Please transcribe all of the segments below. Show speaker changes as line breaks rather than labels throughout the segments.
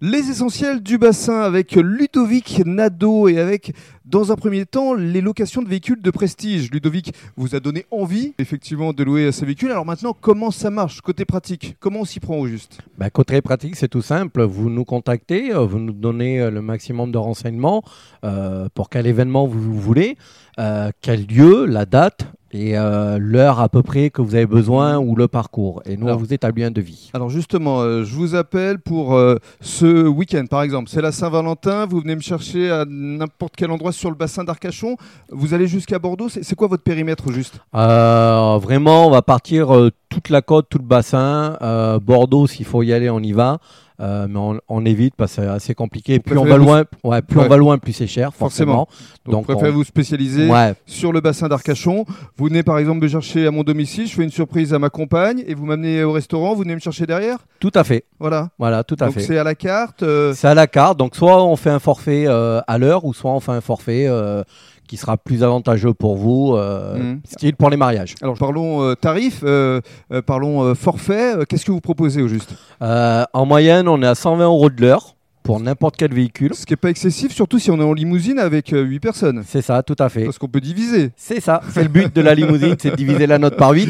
Les essentiels du bassin avec Ludovic Nadeau et avec, dans un premier temps, les locations de véhicules de prestige. Ludovic vous a donné envie, effectivement, de louer ces véhicules. Alors maintenant, comment ça marche côté pratique Comment on s'y prend au juste
Bah, côté pratique, c'est tout simple. Vous nous contactez, euh, vous nous donnez euh, le maximum de renseignements euh, pour quel événement vous, vous voulez, euh, quel lieu, la date et euh, l'heure à peu près que vous avez besoin ou le parcours. Et nous,
Alors-
on vous établit un devis.
Alors justement, euh, je vous appelle pour euh, ce week-end, par exemple. C'est la Saint-Valentin, vous venez me chercher à n'importe quel endroit sur le bassin d'Arcachon. Vous allez jusqu'à Bordeaux. C'est c'est quoi votre périmètre au juste
Euh, vraiment, on va partir euh, toute la côte, tout le bassin. Euh, Bordeaux, s'il faut y aller, on y va. Euh, mais on, on évite parce que c'est assez compliqué. Plus on va
préférez vous-
loin, ouais, plus
Ouais.
on va loin, plus c'est cher, forcément.
Donc,
Donc,
préférez
on-
vous spécialiser
Ouais,
sur le bassin d'Arcachon. Vous venez par exemple me chercher à mon domicile, je fais une surprise à ma compagne et vous m'amenez au restaurant, vous venez me chercher derrière.
tout à fait.
Voilà.
Voilà, tout à
Donc
fait.
c'est à la carte. euh,
C'est à la carte, donc soit on fait un forfait euh, à l'heure, ou soit on fait un forfait euh, qui sera plus avantageux pour vous, euh,
Mhm.
style pour les mariages.
Alors parlons euh, tarif, euh, euh, parlons euh, forfait. Euh, Qu'est-ce que vous proposez au juste
Euh, en moyenne, on est à 120 euros de l'heure pour n'importe quel véhicule.
Ce qui n'est pas excessif, surtout si on est en limousine avec 8 personnes.
C'est ça, tout à fait.
Parce qu'on peut diviser.
C'est ça, c'est le but de la limousine, c'est de diviser la note par hein. 8.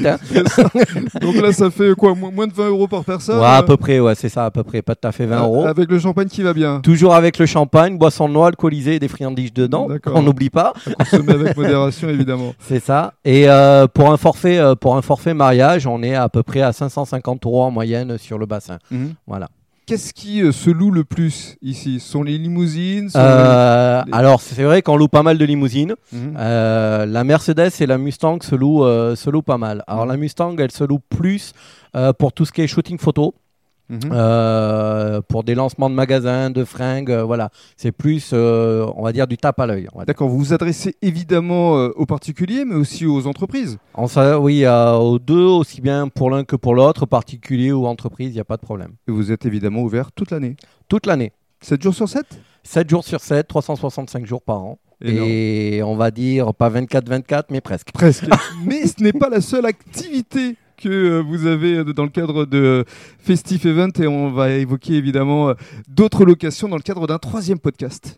Donc là, ça fait quoi mo- Moins de 20 euros par personne
ouais, à peu près, ouais, c'est ça, à peu près, pas tout à fait
euh,
20 euros.
Avec le champagne qui va bien.
Toujours avec le champagne, boisson noire, alcoolisée et des friandises dedans,
D'accord.
on n'oublie pas.
Consommé avec modération, évidemment.
C'est ça. Et euh, pour, un forfait, euh, pour un forfait mariage, on est à peu près à 550 euros en moyenne sur le bassin.
Mhm.
Voilà.
Qu'est-ce qui euh, se loue le plus ici Ce Sont les limousines ce sont
Euh,
les-
alors, c'est vrai qu'on loue pas mal de limousines.
les- Mhm.
Euh, la Mercedes et la Mustang se louent, euh, se louent pas mal. Alors,
Mhm.
la Mustang, elle se loue plus euh, pour tout ce qui est shooting photo,
Mhm.
euh, pour des lancements de magasins, de fringues, euh, voilà. C'est plus, euh, on va dire, du tape à l'œil. on
Ah,
va dire.
D'accord, vous vous adressez évidemment euh, aux particuliers, mais aussi aux entreprises.
En ça, oui, euh, aux deux, aussi bien pour l'un que pour l'autre, particulier ou entreprise, il n'y a pas de problème.
Et vous êtes évidemment ouvert toute l'année.
Toute l'année.
7 jours sur 7
7 jours sur 7, 365 jours par an. Et on va dire, pas 24-24, mais presque.
Presque. mais ce n'est pas la seule activité que euh, vous avez euh, dans le cadre de euh, Festif Event et on va évoquer évidemment euh, d'autres locations dans le cadre d'un troisième podcast.